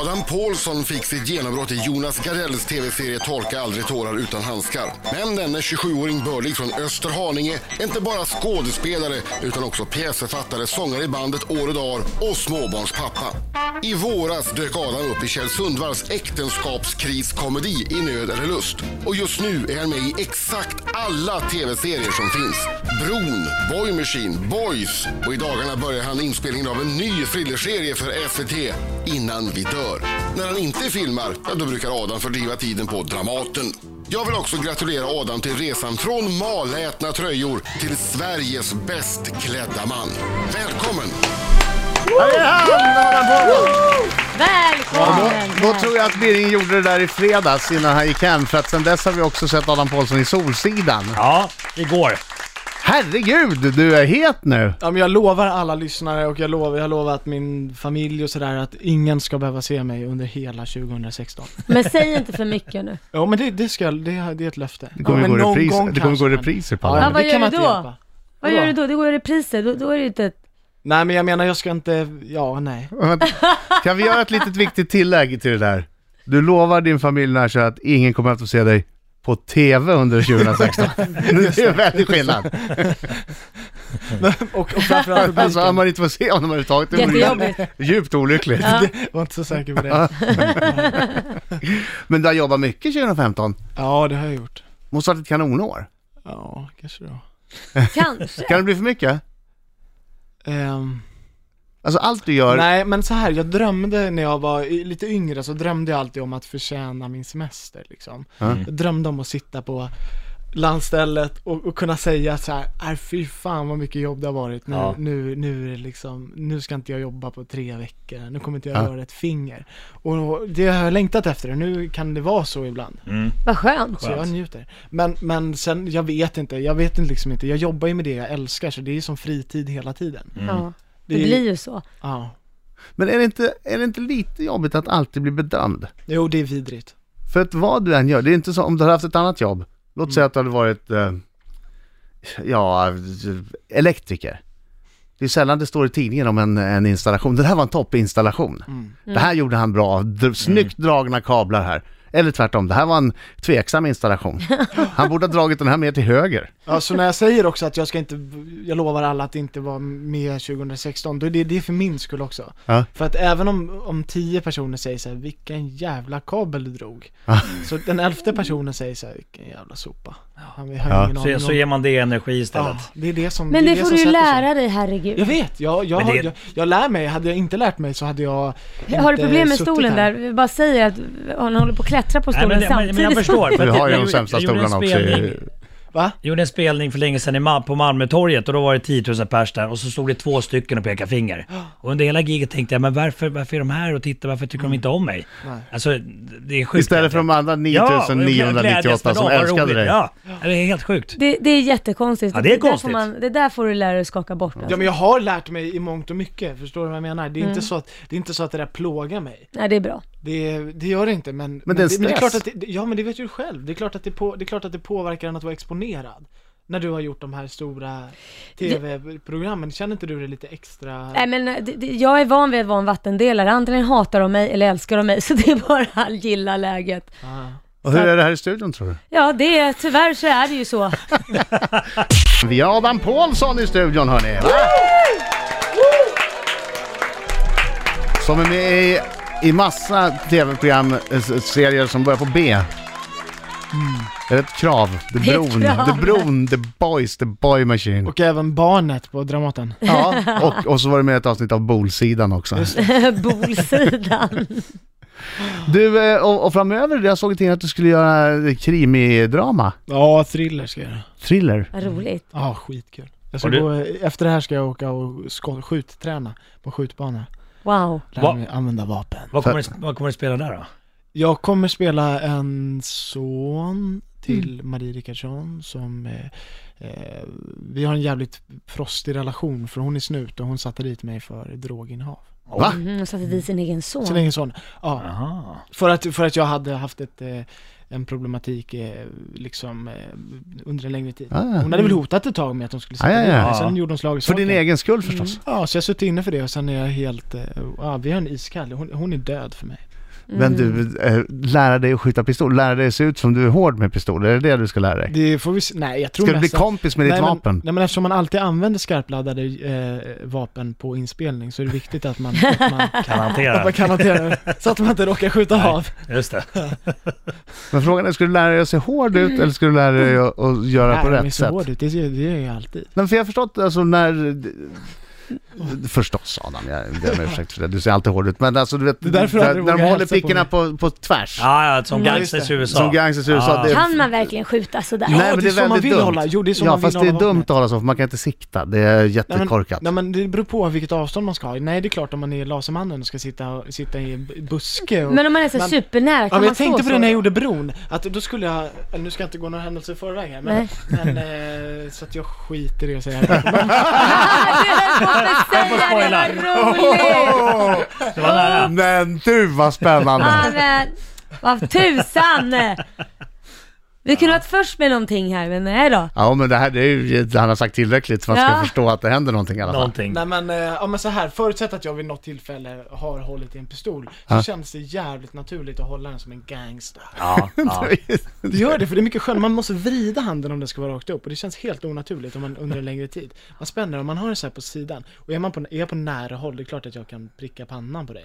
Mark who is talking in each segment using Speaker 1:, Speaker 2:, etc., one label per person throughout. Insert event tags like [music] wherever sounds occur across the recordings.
Speaker 1: Adam Paulsson fick sitt genombrott i Jonas Gardells tv-serie Torka aldrig tårar utan handskar. Men denne 27-åring bördig från Österhaninge är inte bara skådespelare utan också pjäsförfattare, sångare i bandet År och Dar och småbarnspappa. I våras dök Adam upp i Kjell Sundvalls äktenskapskriskomedi I nöd eller lust. Och just nu är han med i exakt alla tv-serier som finns. Bron, Boy Machine, Boys och i dagarna börjar han inspelningen av en ny thrillerserie för SVT, Innan vi dör. När han inte filmar, ja, då brukar Adam fördriva tiden på Dramaten. Jag vill också gratulera Adam till resan från malätna tröjor till Sveriges bäst klädda man. Välkommen!
Speaker 2: Välkommen!
Speaker 3: Då tror jag att Birging gjorde det där i fredags innan han gick hem för att sen dess har vi också sett Adam Pålsson i Solsidan.
Speaker 4: Ja, igår.
Speaker 3: Herregud, du är het nu!
Speaker 5: Ja men jag lovar alla lyssnare och jag lovar, jag lovar att min familj och sådär att ingen ska behöva se mig under hela
Speaker 3: [laughs]
Speaker 5: 2016.
Speaker 2: Men säg inte för mycket nu.
Speaker 5: Ja men det, det ska, det, det är ett löfte.
Speaker 3: Det kommer
Speaker 5: ja, men
Speaker 3: gå
Speaker 5: någon
Speaker 3: repris-
Speaker 5: gång
Speaker 3: det kommer
Speaker 5: kanske,
Speaker 3: gå
Speaker 5: men-
Speaker 3: repriser på
Speaker 5: ja,
Speaker 3: alla.
Speaker 5: men
Speaker 2: Vad
Speaker 5: det
Speaker 2: gör
Speaker 5: kan man
Speaker 2: du
Speaker 5: inte
Speaker 2: då?
Speaker 5: hjälpa.
Speaker 2: Vad
Speaker 5: Vadå?
Speaker 2: gör du då? Det går i repriser, då, då är det ju inte...
Speaker 5: Nej men jag menar jag ska inte, ja nej.
Speaker 3: Kan vi göra ett litet viktigt tillägg till det där? Du lovar din familj när så att ingen kommer att få se dig på TV under
Speaker 5: [laughs]
Speaker 3: 2016. Det är en väldig skillnad.
Speaker 5: Och,
Speaker 3: [laughs]
Speaker 5: och framförallt
Speaker 3: Alltså
Speaker 5: publiken.
Speaker 3: om man inte får se honom överhuvudtaget, det vore
Speaker 2: Jättejobbigt.
Speaker 3: ju djupt olyckligt.
Speaker 2: Ja.
Speaker 5: Jag var inte så säker
Speaker 3: [laughs]
Speaker 5: på det.
Speaker 3: Men du har jobbat mycket 2015.
Speaker 5: Ja det har jag gjort.
Speaker 3: Måste ha varit ett kanonår.
Speaker 5: Ja, kanske då.
Speaker 2: Kanske.
Speaker 3: Kan det bli för mycket?
Speaker 5: Ehm,
Speaker 3: Alltså allt du gör,
Speaker 5: nej men så här, jag drömde när jag var i- lite yngre så drömde jag alltid om att förtjäna min semester liksom.
Speaker 3: Mm.
Speaker 5: Jag drömde om att sitta på landstället och, och kunna säga så här, "Aj, fy fan vad mycket jobb det har varit nu,
Speaker 4: Ja.
Speaker 5: nu, nu är det liksom, nu ska inte jag jobba på tre veckor, nu kommer inte jag
Speaker 3: Ja.
Speaker 5: röra ett finger. Och och det har jag längtat efter, och nu kan det vara så ibland.
Speaker 2: Vad skönt.
Speaker 5: Så jag njuter. Men, men sen, jag vet inte, jag vet inte liksom inte, jag jobbar ju med det jag älskar så det är ju som fritid hela tiden.
Speaker 2: Ja. Det
Speaker 5: Det är-
Speaker 2: blir ju så.
Speaker 5: Ja.
Speaker 3: men är det, inte, är det inte lite jobbigt att alltid bli bedömd?
Speaker 5: Jo, det är vidrigt.
Speaker 3: För att vad du än gör, det är inte så om du hade haft ett annat jobb. Låt
Speaker 4: Mm.
Speaker 3: säga att du hade varit, eh, ja, elektriker. Det är sällan det står i tidningen om en, en installation. Det här var en toppinstallation.
Speaker 4: Mm.
Speaker 3: Det här gjorde han bra, Dr- snyggt dragna kablar här. Eller tvärtom, det här var en tveksam installation. Han borde ha dragit den här mer till höger.
Speaker 5: Ja, så Alltså, när jag säger också att jag ska inte, jag lovar alla att inte vara med 2016, då är det, det är för min skull också.
Speaker 3: Ja.
Speaker 5: För att även om, om tio personer säger så här, vilken jävla kabel du drog. Så den elfte personen säger så här, vilken jävla sopa. Han har
Speaker 3: Ja.
Speaker 5: ingen aning
Speaker 4: Så,
Speaker 5: om.
Speaker 4: så ger man det energi
Speaker 5: ja,
Speaker 4: istället.
Speaker 5: det är det som,
Speaker 2: Men
Speaker 5: det, är
Speaker 2: det får
Speaker 5: som
Speaker 2: du ju
Speaker 5: sätter sig.
Speaker 2: lära dig,
Speaker 5: Jag
Speaker 2: herregud.
Speaker 5: vet, jag, jag,
Speaker 4: Men det-
Speaker 5: har- jag, jag lär mig. Hade jag inte lärt mig så hade jag
Speaker 2: Har du
Speaker 5: inte
Speaker 2: problem med
Speaker 5: suttit
Speaker 2: stolen
Speaker 5: här.
Speaker 2: där? Vi bara säger att han håller på att klättra på
Speaker 4: Nej,
Speaker 2: stolen
Speaker 4: men, men,
Speaker 2: samtidigt.
Speaker 4: men jag förstår. för
Speaker 3: Vi
Speaker 4: att
Speaker 3: har ju
Speaker 4: jag
Speaker 3: de
Speaker 4: gjorde-
Speaker 3: sämsta
Speaker 4: jag gjorde en
Speaker 3: stolarna också. i-
Speaker 4: spelning-
Speaker 5: Va?
Speaker 4: Jag gjorde en spelning för länge sedan i Ma- på Malmötorget och då var det 10 000 pers där och så stod det två stycken och pekade finger. Och under hela giget tänkte jag, men varför, varför är de här och tittar, varför tycker
Speaker 5: Mm.
Speaker 4: de inte om mig? Alltså, det är sjukt.
Speaker 3: Istället för de andra
Speaker 4: Ja, och jag glädjes
Speaker 3: 9998
Speaker 4: med
Speaker 3: som
Speaker 4: dem, vad
Speaker 3: älskade
Speaker 4: roligt.
Speaker 3: dig.
Speaker 4: Ja, det är helt sjukt.
Speaker 2: [laughs] Det, det är jättekonstigt.
Speaker 4: Ja, det är
Speaker 2: där får
Speaker 4: konstigt.
Speaker 2: man, det där får du lära dig att skaka bort. Alltså.
Speaker 5: Ja men jag har lärt mig i mångt och mycket, förstår du vad jag menar? Det är,
Speaker 2: Mm.
Speaker 5: inte, så att, det är inte så att det där plågar mig.
Speaker 2: Nej, det är bra.
Speaker 5: Det, det gör det inte men... Men,
Speaker 3: det är en
Speaker 5: men det är
Speaker 3: stress.
Speaker 5: klart att det, Ja men det vet ju du själv. Det är klart att det, på, det, är klart att det påverkar en att vara exponerad. När du har gjort de här stora tv-programmen, känner inte du det lite extra...
Speaker 2: Nej, men eh, det, det, jag är van vid att vara en vattendelare. Antingen hatar de mig eller älskar de mig. [laughs] Så det är bara gilla läget.
Speaker 5: Ah.
Speaker 3: Och hur är det här i studion tror du?
Speaker 2: Ja, det är, tyvärr så är det ju så.
Speaker 3: Vi har Adam Pålsson i studion hörni! Va? Som är med i, i massa tv-program, eh, s- serier som börjar på B. Är det ett krav? The
Speaker 2: Mm. Det är ett
Speaker 3: Bron,
Speaker 2: krav.
Speaker 3: The Bron, The Boys, The Boy Machine.
Speaker 5: Och även barnet på Dramaten.
Speaker 3: Ja, och, och så var det med ett avsnitt av Bolsidan också.
Speaker 2: [laughs] Bolsidan.
Speaker 3: Du, eh, och, och framöver, jag såg i tidningen att du skulle göra krimidrama.
Speaker 5: Ja, thriller ska jag göra.
Speaker 3: Thriller.
Speaker 2: Vad roligt.
Speaker 5: Ja, skitkul. Jag ska
Speaker 4: Har du-
Speaker 5: gå, efter det här ska jag åka och sko- skjutträna på skjutbana.
Speaker 2: Wow.
Speaker 5: Lära
Speaker 4: Va-
Speaker 5: mig använda vapen.
Speaker 4: Vad kommer, du- vad kommer du spela där då?
Speaker 5: Jag kommer spela en son till
Speaker 3: Mm.
Speaker 5: Marie Rickardsson som eh, eh, Vi har en jävligt frostig relation för hon är snut och hon satte dit mig för droginnehav.
Speaker 3: Va?
Speaker 2: Mm, och satte dit sin egen son.
Speaker 5: Sin egen son. Ja,
Speaker 4: Aha.
Speaker 5: för att, för att jag hade haft ett, eh, en problematik eh, liksom eh, under en längre tid.
Speaker 3: Ah.
Speaker 5: Hon hade väl hotat ett tag med att hon skulle sätta
Speaker 3: Ah, ja, ja.
Speaker 5: dit mig, sen gjorde hon slag i
Speaker 3: För din
Speaker 5: saken. Mm.
Speaker 3: egen skull förstås.
Speaker 5: Ja, så jag har suttit inne för det och sen är jag helt, eh, ja vi har en iskall, hon, hon är död för mig.
Speaker 2: Mm.
Speaker 3: Men
Speaker 5: Mm.
Speaker 3: du, eh, lära dig att skjuta pistol, lära dig att se ut som du är hård med pistol, är det det du ska lära dig?
Speaker 5: Det får vi se. Nej, jag tror
Speaker 3: Ska du bli
Speaker 5: mest att-
Speaker 3: kompis med ditt
Speaker 5: nej,
Speaker 3: vapen?
Speaker 5: Men, nej men eftersom man alltid använder skarpladdade eh, vapen på inspelning så är det viktigt att man,
Speaker 3: [laughs]
Speaker 5: att man,
Speaker 4: Kan
Speaker 5: att man [laughs]
Speaker 4: hantera.
Speaker 5: kan hantera det. Så att man inte råkar skjuta
Speaker 4: Nej.
Speaker 5: av.
Speaker 4: Just det.
Speaker 3: Men frågan är, ska du lära dig att se hård ut eller ska du lära dig att, att göra på
Speaker 5: Mm. Nej, de är
Speaker 3: rätt
Speaker 5: så
Speaker 3: sätt?
Speaker 5: hård ut. Det, gör- det gör jag alltid.
Speaker 3: Nej, för jag har förstått, alltså när... Förstås Adam, jag ber om ursäkt för det. Du ser alltid hård ut. Men alltså du vet,
Speaker 5: Det är därför
Speaker 3: när,
Speaker 5: jag aldrig
Speaker 3: när de
Speaker 5: vågar
Speaker 3: håller
Speaker 5: hälsa på
Speaker 3: pickorna
Speaker 5: mig.
Speaker 3: på, på, tvärs.
Speaker 4: Ja, ja, som
Speaker 2: Mm.
Speaker 4: gangsters i USA.
Speaker 3: Som gangsters i USA.
Speaker 4: Ja.
Speaker 3: Det är,
Speaker 2: Kan man verkligen skjuta sådär?
Speaker 3: Nej,
Speaker 5: Ja,
Speaker 3: men
Speaker 5: det
Speaker 3: det
Speaker 5: är
Speaker 3: är
Speaker 5: så man
Speaker 3: väldigt
Speaker 5: vill
Speaker 3: dumt.
Speaker 5: hålla. Jo, det är så
Speaker 3: ja,
Speaker 5: man vill
Speaker 3: fast det är
Speaker 5: hålla
Speaker 3: dumt
Speaker 5: vapnet.
Speaker 3: att hålla så, för man kan inte sikta. Det är jättekorkat.
Speaker 5: Nej men det beror på vilket avstånd man ska ha. Nej det är klart om man är Lasermannen och ska sitta, sitta i en b- buske och...
Speaker 2: Men om man är så
Speaker 5: Men-
Speaker 2: supernära, kan
Speaker 5: ja, men
Speaker 2: man
Speaker 5: jag tänkte
Speaker 2: stå
Speaker 5: på
Speaker 2: så?
Speaker 5: det när jag gjorde bron, att då skulle jag, nu ska jag inte gå några händelser i förväg här men,
Speaker 2: [laughs] Nej.
Speaker 5: men eh, så att jag skiter i det
Speaker 3: [laughs]
Speaker 5: och säger
Speaker 2: Ah, du höll på att
Speaker 4: får
Speaker 2: säga det,
Speaker 4: spoila.
Speaker 2: vad roligt!
Speaker 4: Det var
Speaker 3: [laughs]
Speaker 4: nära.
Speaker 3: Men du vad
Speaker 2: Ah,
Speaker 3: spännande!
Speaker 2: men, vad tusan! Vi kunde varit först med någonting här, men nej då.
Speaker 3: Ja men det här, det är ju, han har sagt tillräckligt för att man ska
Speaker 2: Ja.
Speaker 3: förstå att det händer någonting i alla fall.
Speaker 4: Någonting.
Speaker 5: Nej men, eh, ja men så här, förutsatt att jag vid något tillfälle har hållit i en pistol
Speaker 3: Ja.
Speaker 5: så känns det jävligt naturligt att hålla den som en gangster.
Speaker 4: Ja, ja.
Speaker 5: Det gör det, för det är mycket skönare, man måste vrida handen om den ska vara rakt upp och det känns helt onaturligt om man under en längre tid. Man spänner om man har den så här på sidan och är, man på, är jag på nära håll, det är klart att jag kan pricka pannan på dig.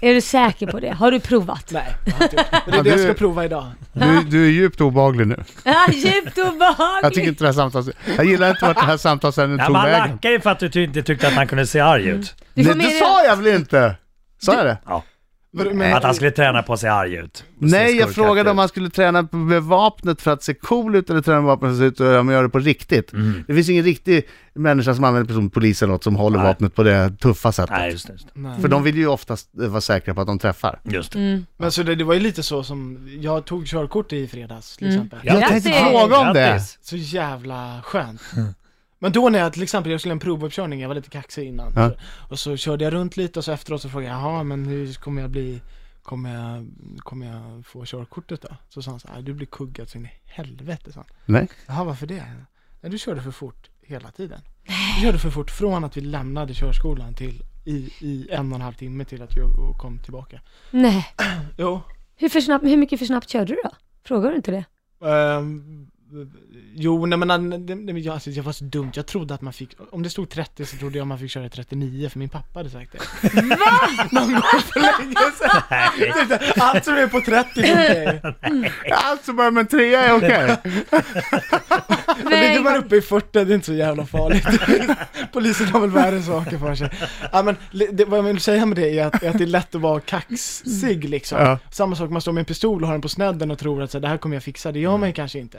Speaker 2: Är du säker på det? Har du provat?
Speaker 5: Nej, jag har inte gjort det. Men det är
Speaker 3: Ja,
Speaker 5: det jag
Speaker 3: du-
Speaker 5: ska prova idag.
Speaker 3: [laughs] Du, du är djupt obehaglig nu.
Speaker 2: Ah, djupt
Speaker 3: Jag tycker
Speaker 2: obehagligt!
Speaker 3: inte det här samtalet, jag gillar inte vart det här samtalsämnet
Speaker 4: Nej,
Speaker 3: tog
Speaker 4: man
Speaker 3: vägen.
Speaker 4: lackar ju för att du ty- inte tyckte att han kunde se arg ut.
Speaker 2: Du får
Speaker 3: Nej,
Speaker 2: med
Speaker 3: det
Speaker 2: dig-
Speaker 3: sa jag väl inte? Sa jag det?
Speaker 5: Men,
Speaker 4: Att han skulle träna på att se arg ut. Och se
Speaker 3: Mm. Nej, jag
Speaker 4: skurkaktig
Speaker 3: frågade om
Speaker 4: ut.
Speaker 3: man skulle träna på- med vapnet för att se cool ut eller träna med vapnet för att se ut om man gör det på riktigt.
Speaker 4: Mm.
Speaker 3: Det finns ingen riktig människa som använder som polis eller något som håller
Speaker 4: Nej.
Speaker 3: vapnet på det tuffa sättet.
Speaker 4: Nej, just det. Just det.
Speaker 5: Nej.
Speaker 3: För de vill ju oftast eh, vara säkra på att de träffar.
Speaker 4: Just det.
Speaker 5: men så det, det var ju lite så som, jag tog körkort i fredags till exempel.
Speaker 4: Ja.
Speaker 3: Jag tänkte
Speaker 2: Grattis!
Speaker 3: fråga om det.
Speaker 4: Grattis.
Speaker 5: Så jävla skönt. Men då när jag till exempel, jag skulle göra en provuppkörning, jag var lite kaxig innan.
Speaker 3: Ja.
Speaker 5: Och så körde jag runt lite och så efteråt så frågade jag, jaha men hur kommer jag bli, kommer jag, kommer jag få körkortet då? Så sa han så här, du blir kuggad så in i helvete sa han.
Speaker 3: Nej.
Speaker 5: Jaha varför det? Nej du körde för fort hela tiden. Du körde för fort från att vi lämnade körskolan till i, i en och en halv timme till att vi å- å- kom tillbaka.
Speaker 2: Nej.
Speaker 5: Jo,
Speaker 2: Hur, för snabbt, hur mycket för snabbt körde du då? Frågar du inte det?
Speaker 5: Ehm, jo, nej men, nej, nej, men jag, alltså, jag var så dumt. Jag trodde att man fick, om det stod 30 så trodde jag man fick köra i 39 för min pappa hade sagt det. [laughs] Allt som är på 30 är okej.
Speaker 3: Allt som börjar med en trea är okej.
Speaker 5: Ligger man uppe i 40 det är inte så jävla farligt. [laughs] Polisen har väl värre saker för sig. Ja, men, li- det, vad jag vill säga med det är att, att det är lätt att vara kaxig liksom.
Speaker 3: Ja.
Speaker 5: Samma sak, man står med en pistol och har den på snedden och tror att så, här, det här kommer jag fixa, det gör man ju kanske inte.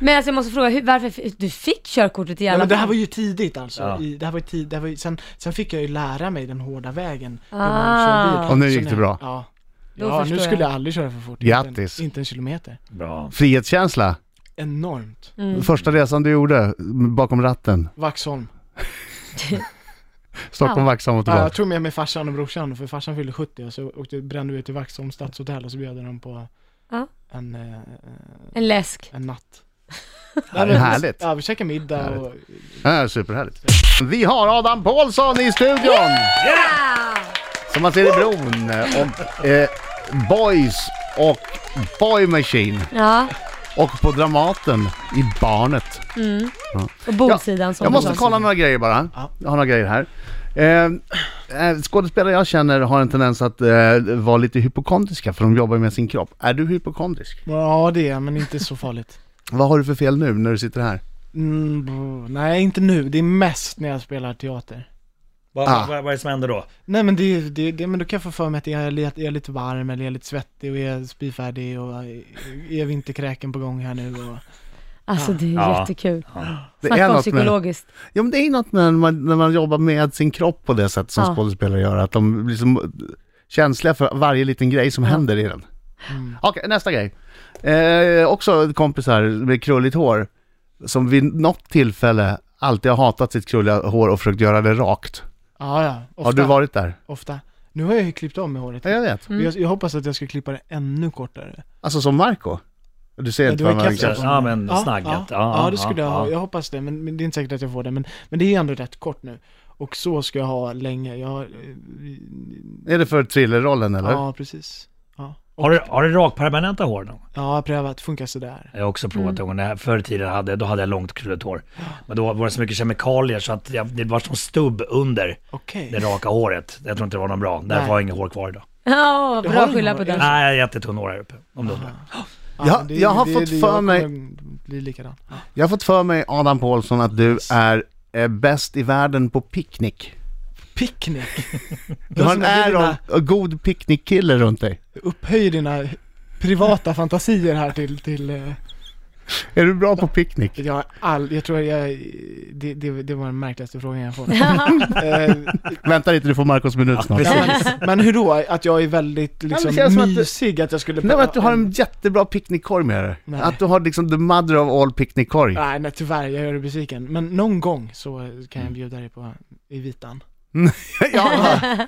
Speaker 2: Men alltså jag måste fråga, hur, varför f- du fick körkortet i
Speaker 5: Ja,
Speaker 2: alla
Speaker 5: men det här
Speaker 2: fall?
Speaker 5: var ju tidigt alltså.
Speaker 4: Ja.
Speaker 5: I, det här var ju tid, det här var ju, sen, sen fick jag ju lära mig den hårda vägen. hur man
Speaker 2: Ah.
Speaker 5: kör bil.
Speaker 3: Och nu
Speaker 5: Så
Speaker 3: gick
Speaker 5: när-
Speaker 3: det bra.
Speaker 5: Ja.
Speaker 2: Då
Speaker 5: Ja,
Speaker 2: förstår
Speaker 5: nu skulle
Speaker 2: jag.
Speaker 5: jag aldrig köra för fort.
Speaker 3: Grattis.
Speaker 5: Inte en, inte en kilometer.
Speaker 4: Bra.
Speaker 3: [laughs] Frihetskänsla.
Speaker 5: Enormt.
Speaker 2: Mm.
Speaker 3: Första resan du gjorde m- bakom ratten.
Speaker 5: Vaxholm.
Speaker 3: Stockholm,
Speaker 2: Ja.
Speaker 3: Vaxholm och
Speaker 5: Ja, jag
Speaker 3: tillbaka.
Speaker 5: tog med mig farsan och brorsan, för farsan fyllde 70 och så åkte, brände vi ut till Vaxholms stadshotell och så bjöd de på
Speaker 2: Ja.
Speaker 5: en, eh,
Speaker 2: En läsk.
Speaker 3: [laughs]
Speaker 5: en natt.
Speaker 3: men härligt.
Speaker 5: Ja, vi käkade middag och...
Speaker 3: Ja, superhärligt. Vi har Adam Paulsson i studion! Som man ser i bron. eh, Och, eh, boys och Boy Machine.
Speaker 2: Ja,
Speaker 3: Och på Dramaten i Barnet.
Speaker 2: och bolsidan som
Speaker 3: Jag måste
Speaker 2: det var.
Speaker 3: kolla några grejer bara.
Speaker 5: Ja.
Speaker 3: Jag har några grejer här. Eh, eh, skådespelare jag känner har en tendens att eh, vara lite hypokondriska för de jobbar ju med sin kropp. Är du hypokondrisk?
Speaker 5: Ja, det är men inte så farligt.
Speaker 3: Vad har du för fel nu när du sitter här?
Speaker 5: Mm, bo- nej, inte nu. Det är mest när jag spelar teater.
Speaker 4: Vad,
Speaker 3: Ah.
Speaker 4: vad, vad är det som händer då?
Speaker 5: Nej men det, det, det men då kan jag få för mig att jag är, lite- jag är lite varm eller jag är lite svettig och är spyfärdig och eh, är- är vinterkräken på gång här nu och...
Speaker 2: Alltså det är
Speaker 4: Ja.
Speaker 2: jättekul.
Speaker 3: Det
Speaker 2: Snacka om
Speaker 3: med,
Speaker 2: psykologiskt.
Speaker 3: ja, men det är något med när man, när man jobbar med sin kropp på det sätt som
Speaker 2: Ja.
Speaker 3: skådespelare gör. Att de blir som känsliga för varje liten grej som händer i den.
Speaker 5: Mm.
Speaker 3: Okej, nästa grej. Eh, också kompisar med krulligt hår som vid något tillfälle alltid har hatat sitt krulliga hår och försökt göra det rakt.
Speaker 5: Ja, ja. Ofta. Mm.
Speaker 3: Har du varit där?
Speaker 5: Ofta. Nu har jag ju klippt av med håret.
Speaker 3: Ja, jag vet.
Speaker 5: Jag, jag hoppas att jag ska klippa det ännu kortare.
Speaker 3: Alltså som Marco. Du ser
Speaker 5: Ja,
Speaker 3: inte
Speaker 5: du har
Speaker 3: vad man
Speaker 5: kepsen.
Speaker 3: kanske-
Speaker 4: Ja, men
Speaker 5: Ja,
Speaker 4: snagget.
Speaker 5: Ja,
Speaker 4: Ja,
Speaker 5: ja, det skulle jag
Speaker 4: ja.
Speaker 5: ha. Jag hoppas det, men, men det är inte säkert att jag får det. Men, men det är ju ändå rätt kort nu. Och så ska jag ha länge. Jag, har, eh,
Speaker 3: Är det för thrillerrollen eller?
Speaker 5: ja, precis. Ja. Och,
Speaker 4: Har du, har du rakpermanenta hår någon gång?
Speaker 5: ja, jag har prövat. Funkar sådär.
Speaker 4: Jag har också provat det. När jag förr i tiden hade, då hade jag långt krulligt hår. Men då var det så mycket kemikalier så att jag, det var som stubb under
Speaker 5: Okej.
Speaker 4: det raka håret. Jag tror inte det var någon bra. Därför
Speaker 5: Nej.
Speaker 4: har jag inget hår kvar idag.
Speaker 2: Ja,
Speaker 5: har
Speaker 2: bra
Speaker 5: ingen
Speaker 2: skylla
Speaker 5: hår.
Speaker 2: på den.
Speaker 4: Nej, jag har jättetunn hår här uppe. Om du
Speaker 3: Ah.
Speaker 4: undrar.
Speaker 5: Ja,
Speaker 3: Jag- jag har fått för
Speaker 5: jag
Speaker 3: mig-
Speaker 5: kommer Bli likadan. Ja.
Speaker 3: Jag har fått för mig Adam Paulsson att du är eh, bäst i världen på picknick.
Speaker 5: Picknick.
Speaker 3: Du har en
Speaker 5: Alltså,
Speaker 3: är av av god picknickkille runt dig.
Speaker 5: Upphöj dina privata fantasier här till, till eh,
Speaker 3: Är du bra på picknick?
Speaker 5: jag har all, jag tror jag, det, det, det var den märkligaste frågan jag
Speaker 3: [laughs]
Speaker 5: fått. [laughs] Eh,
Speaker 3: Vänta lite, du får Marcos minut snart.
Speaker 5: ja, men, men hur då? Att jag är väldigt liksom
Speaker 3: känns som att du-
Speaker 5: mysig, att, jag skulle... Mm.
Speaker 3: Nej men att du har en jättebra picknickkorg med dig.
Speaker 5: Nej.
Speaker 3: Att du har liksom the mother of all picknickkorg.
Speaker 5: Nej, nej tyvärr, jag gör dig besviken. Men någon gång så kan
Speaker 3: Mm.
Speaker 5: jag bjuda dig på, i vitan.
Speaker 3: [laughs] ja,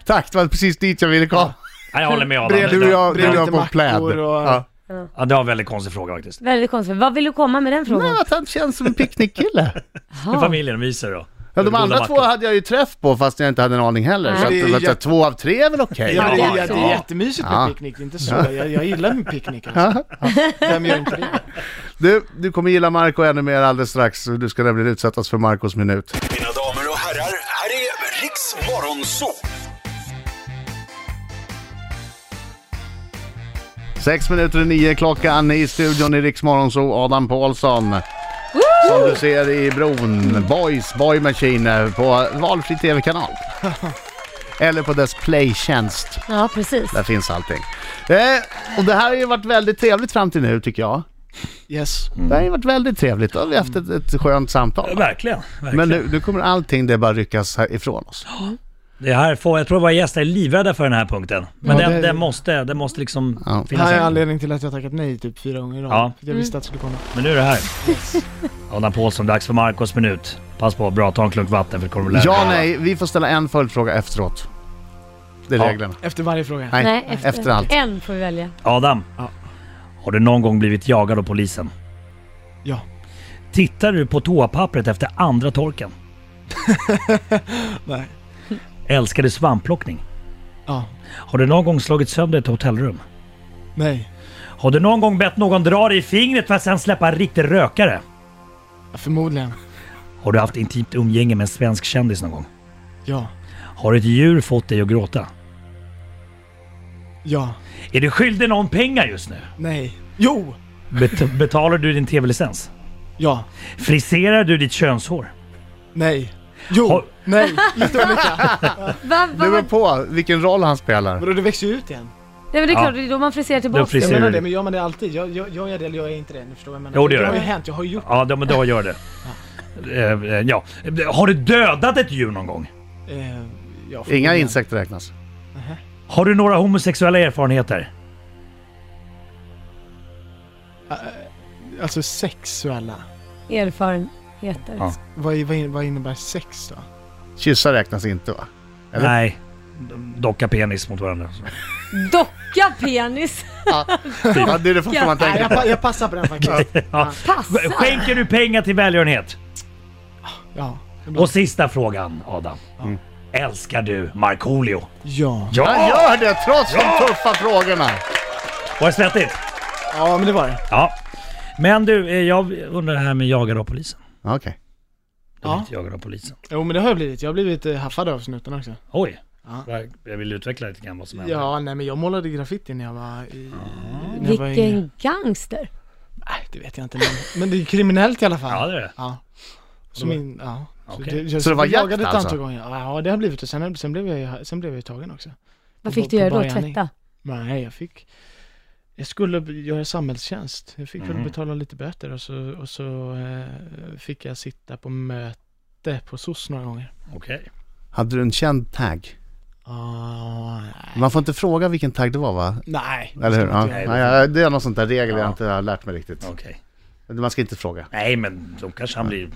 Speaker 3: tack, det var precis dit jag ville komma.
Speaker 4: Nej, jag håller med Adam.
Speaker 3: Bred du och jag, du och
Speaker 5: Bred
Speaker 3: jag
Speaker 5: lite
Speaker 3: på pläd.
Speaker 5: mackor och-
Speaker 3: Ja.
Speaker 4: Ja, det var en väldigt konstig fråga faktiskt.
Speaker 2: Väldigt konstigt. Vad vill du komma med den
Speaker 3: Nej,
Speaker 2: frågan?
Speaker 3: att han känns som en picknickkille.
Speaker 2: Jaha.
Speaker 4: Hur familjen myser då?
Speaker 3: Ja, de
Speaker 4: Goda
Speaker 3: andra två
Speaker 4: mackor.
Speaker 3: hade jag ju träff på fast jag inte hade en aning heller.
Speaker 2: Nej.
Speaker 3: Så att,
Speaker 5: Det är
Speaker 3: det var så här,
Speaker 5: jätte-
Speaker 3: två av tre är väl okej?
Speaker 5: Ja, det,
Speaker 4: Ja,
Speaker 5: är- ja, det är
Speaker 4: ja.
Speaker 5: jättemysigt med
Speaker 3: Ja.
Speaker 5: picknick, det är inte så. Jag, jag gillar med picknick alltså. Vem gör inte det?
Speaker 3: Du, du kommer gilla Marco ännu mer alldeles strax. Du ska nämligen utsättas för Marcos minut.
Speaker 6: Mina damer och herrar, här är Riks Morgonzoo!
Speaker 3: Sex minuter i nio klockan i studion i Riksmorgon så Adam Paulsson. Som du ser i bron, Boys Boy Machine eh, på valfri
Speaker 4: [laughs]
Speaker 3: tv-kanal. Eller på dess playtjänst.
Speaker 2: Ja, precis.
Speaker 3: Där finns allting. Eh, och det här har ju varit väldigt trevligt fram till nu tycker jag.
Speaker 5: Yes.
Speaker 3: Det har ju varit väldigt trevligt. Då har vi haft ett, ett skönt
Speaker 4: Mm. Ja,
Speaker 3: samtal.
Speaker 4: Verkligen. verkligen.
Speaker 3: Men nu, nu kommer allting det bara ryckas här ifrån oss.
Speaker 4: Det här får, jag tror våra gäster är livrädda för den här punkten. Men
Speaker 5: Ja,
Speaker 4: den,
Speaker 5: det-
Speaker 4: den, måste, den måste liksom
Speaker 3: Ja.
Speaker 5: Det
Speaker 4: finnas.
Speaker 5: här är
Speaker 4: här.
Speaker 5: anledningen till att jag tackat nej typ fyra gånger i rad.
Speaker 4: Ja.
Speaker 5: För Jag visste att det skulle komma.
Speaker 4: Men nu är det här. Adam Paulsson, dags för Marcos minut. Pass på, bra, ta en klunk vatten för det kommer att lära dig.
Speaker 3: Ja, nej, vi får ställa en följdfråga efteråt. Det är
Speaker 4: Ja.
Speaker 3: reglerna.
Speaker 5: Efter varje fråga.
Speaker 3: Nej,
Speaker 2: Nej,
Speaker 3: efter.
Speaker 2: efter.
Speaker 3: allt.
Speaker 2: En får vi välja.
Speaker 4: Adam,
Speaker 5: Ja.
Speaker 4: har du någon gång blivit jagad av polisen?
Speaker 5: Ja.
Speaker 4: Tittar du på toapappret efter andra torken?
Speaker 5: Nej.
Speaker 4: Älskar du svampplockning?
Speaker 5: Ja.
Speaker 4: Har du någon gång slagit sönder ett hotellrum?
Speaker 5: Nej.
Speaker 4: Har du någon gång bett någon dra dig i fingret för att sen släppa en riktig rökare?
Speaker 5: Förmodligen.
Speaker 4: Har du haft intimt umgänge med en svensk kändis någon gång?
Speaker 5: Ja.
Speaker 4: Har ett djur fått dig att gråta?
Speaker 5: Ja.
Speaker 4: Är du skyldig någon pengar just nu?
Speaker 5: Nej. Jo!
Speaker 4: Bet- [laughs] betalar du din tv-licens?
Speaker 5: Ja.
Speaker 4: Friserar du ditt könshår?
Speaker 5: Nej. Jo!
Speaker 4: Har-
Speaker 5: Nej. Lite olika.
Speaker 2: Va, va,
Speaker 3: Det beror
Speaker 2: va?
Speaker 3: på vilken roll han spelar.
Speaker 5: Vadå, det växer ju ut igen.
Speaker 2: Nej, men det är
Speaker 4: Ja.
Speaker 2: klart, det är då man friserar tillbaka.
Speaker 4: Då friserar-
Speaker 5: Jag
Speaker 4: Ser
Speaker 5: menar
Speaker 4: du?
Speaker 5: det, men gör man det alltid? Jag, jag, jag gör det eller jag är inte det. Ni förstår vad jag menar.
Speaker 4: Jo, det gör
Speaker 5: har ju
Speaker 4: du.
Speaker 5: hänt, jag har ju gjort
Speaker 4: Ja, då, då gör det. Eh, eh, ja. Har du dödat ett djur någon gång?
Speaker 5: eh, ja,
Speaker 3: Inga
Speaker 5: förmodligen.
Speaker 3: insekter räknas.
Speaker 4: Har du några homosexuella erfarenheter?
Speaker 5: Alltså sexuella.
Speaker 2: Erfarenheter.
Speaker 4: Ja.
Speaker 5: Vad, vad, in- vad innebär sex då?
Speaker 3: Kyssar räknas inte va? Eller?
Speaker 4: Nej. Docka penis mot varandra.
Speaker 2: Docka penis.
Speaker 3: [laughs] Ja, det är det första man
Speaker 5: Nej,
Speaker 3: tänker
Speaker 5: jag,
Speaker 3: på.
Speaker 5: pa- jag passar på den faktiskt.
Speaker 4: [laughs]
Speaker 2: Pass.
Speaker 4: Skänker du pengar till välgörenhet?
Speaker 5: Ja.
Speaker 4: Och sista frågan, Adam.
Speaker 5: Mm.
Speaker 4: Älskar du Markoolio? Ah,
Speaker 5: Ja.
Speaker 3: Han gör det trots de tuffa frågorna!
Speaker 4: Var det svettigt?
Speaker 5: Ja, men det var det.
Speaker 4: Ja. Men du, eh, jag undrar det här med jagad av polisen.
Speaker 3: Okej.
Speaker 5: Ja.
Speaker 4: Du ja. inte jagad av polisen.
Speaker 5: Jo, men det har jag blivit. Jag har blivit eh, haffad av snuten också.
Speaker 4: Oj.
Speaker 5: Ja.
Speaker 4: Jag vill utveckla lite grann vad som händer.
Speaker 5: Ja, nej men jag målade graffiti när jag var i... När jag var yngre.
Speaker 2: Vilken gangster.
Speaker 5: Nej, det vet jag inte. Men, men det är kriminellt i alla fall.
Speaker 4: Ja, det är det.
Speaker 5: Ja. Så min, ja. Så,
Speaker 4: Okej.
Speaker 5: jag,
Speaker 3: Så det var
Speaker 5: jag jagade
Speaker 3: jakt,
Speaker 5: ett
Speaker 3: alltså?
Speaker 5: antal gånger. Ja, det har blivit det. Sen, sen, blev jag, ju- sen blev jag ju tagen också.
Speaker 2: Vad
Speaker 5: På-
Speaker 2: fick du
Speaker 5: på
Speaker 2: göra då?
Speaker 5: Bajani.
Speaker 2: Tvätta?
Speaker 5: Nej, jag fick... Jag skulle b- göra samhällstjänst. Jag fick väl betala lite böter och så, och så eh, fick jag sitta på möte på SOS några gånger.
Speaker 4: Okej.
Speaker 3: Hade du en känd tagg?
Speaker 5: Ah,
Speaker 3: Man får inte fråga vilken tagg det var va?
Speaker 5: nej.
Speaker 3: Eller hur? Ja.
Speaker 4: Nej,
Speaker 3: Nej,
Speaker 4: det-
Speaker 3: ja, det är någon sånt där regel
Speaker 4: Ja.
Speaker 3: jag inte har lärt mig riktigt.
Speaker 4: Okej.
Speaker 3: Man ska inte fråga.
Speaker 4: Nej, men då kanske han blir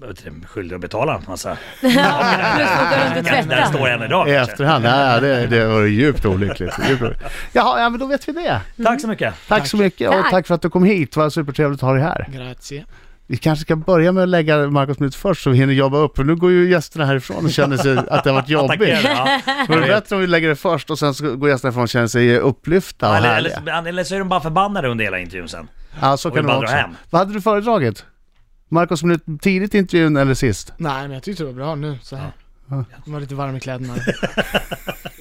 Speaker 4: jag vet inte, skyldig att betala en massa.
Speaker 2: Plus åka runt och
Speaker 4: Där
Speaker 2: tvätta.
Speaker 4: står jag än idag
Speaker 3: I
Speaker 4: kanske.
Speaker 3: efterhand, ja, ja, det, det var djupt [laughs] olyckligt. Djupt olyckligt. Jaha, ja, men då vet vi det.
Speaker 4: Tack så mycket.
Speaker 3: Tack, så mycket och
Speaker 2: Tack.
Speaker 3: tack för att du kom hit. Det var supertrevligt att ha dig här.
Speaker 5: Grazie.
Speaker 3: Vi kanske ska börja med att lägga Marcos minut först så vi hinner jobba upp. För nu går ju gästerna härifrån och känner [laughs] sig att det har varit jobbigt.
Speaker 4: Attackerar, ja.
Speaker 3: Men det är bättre om vi lägger det först och sen så går gästerna härifrån och känner sig upplyfta och
Speaker 4: eller,
Speaker 3: härliga.
Speaker 4: eller, eller så är de bara förbannade under hela intervjun sen.
Speaker 3: Ja, så
Speaker 4: och vill
Speaker 3: kan det
Speaker 4: bara
Speaker 3: vara
Speaker 4: dra
Speaker 3: också.
Speaker 4: hem.
Speaker 3: Vad hade du föredragit? Marcos minut tidigt i intervjun eller sist?
Speaker 5: Nej men jag tyckte det var bra nu så här. De var lite varm i kläderna.
Speaker 7: Riks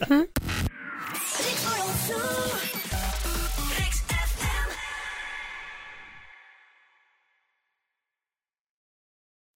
Speaker 7: Morgonzoo.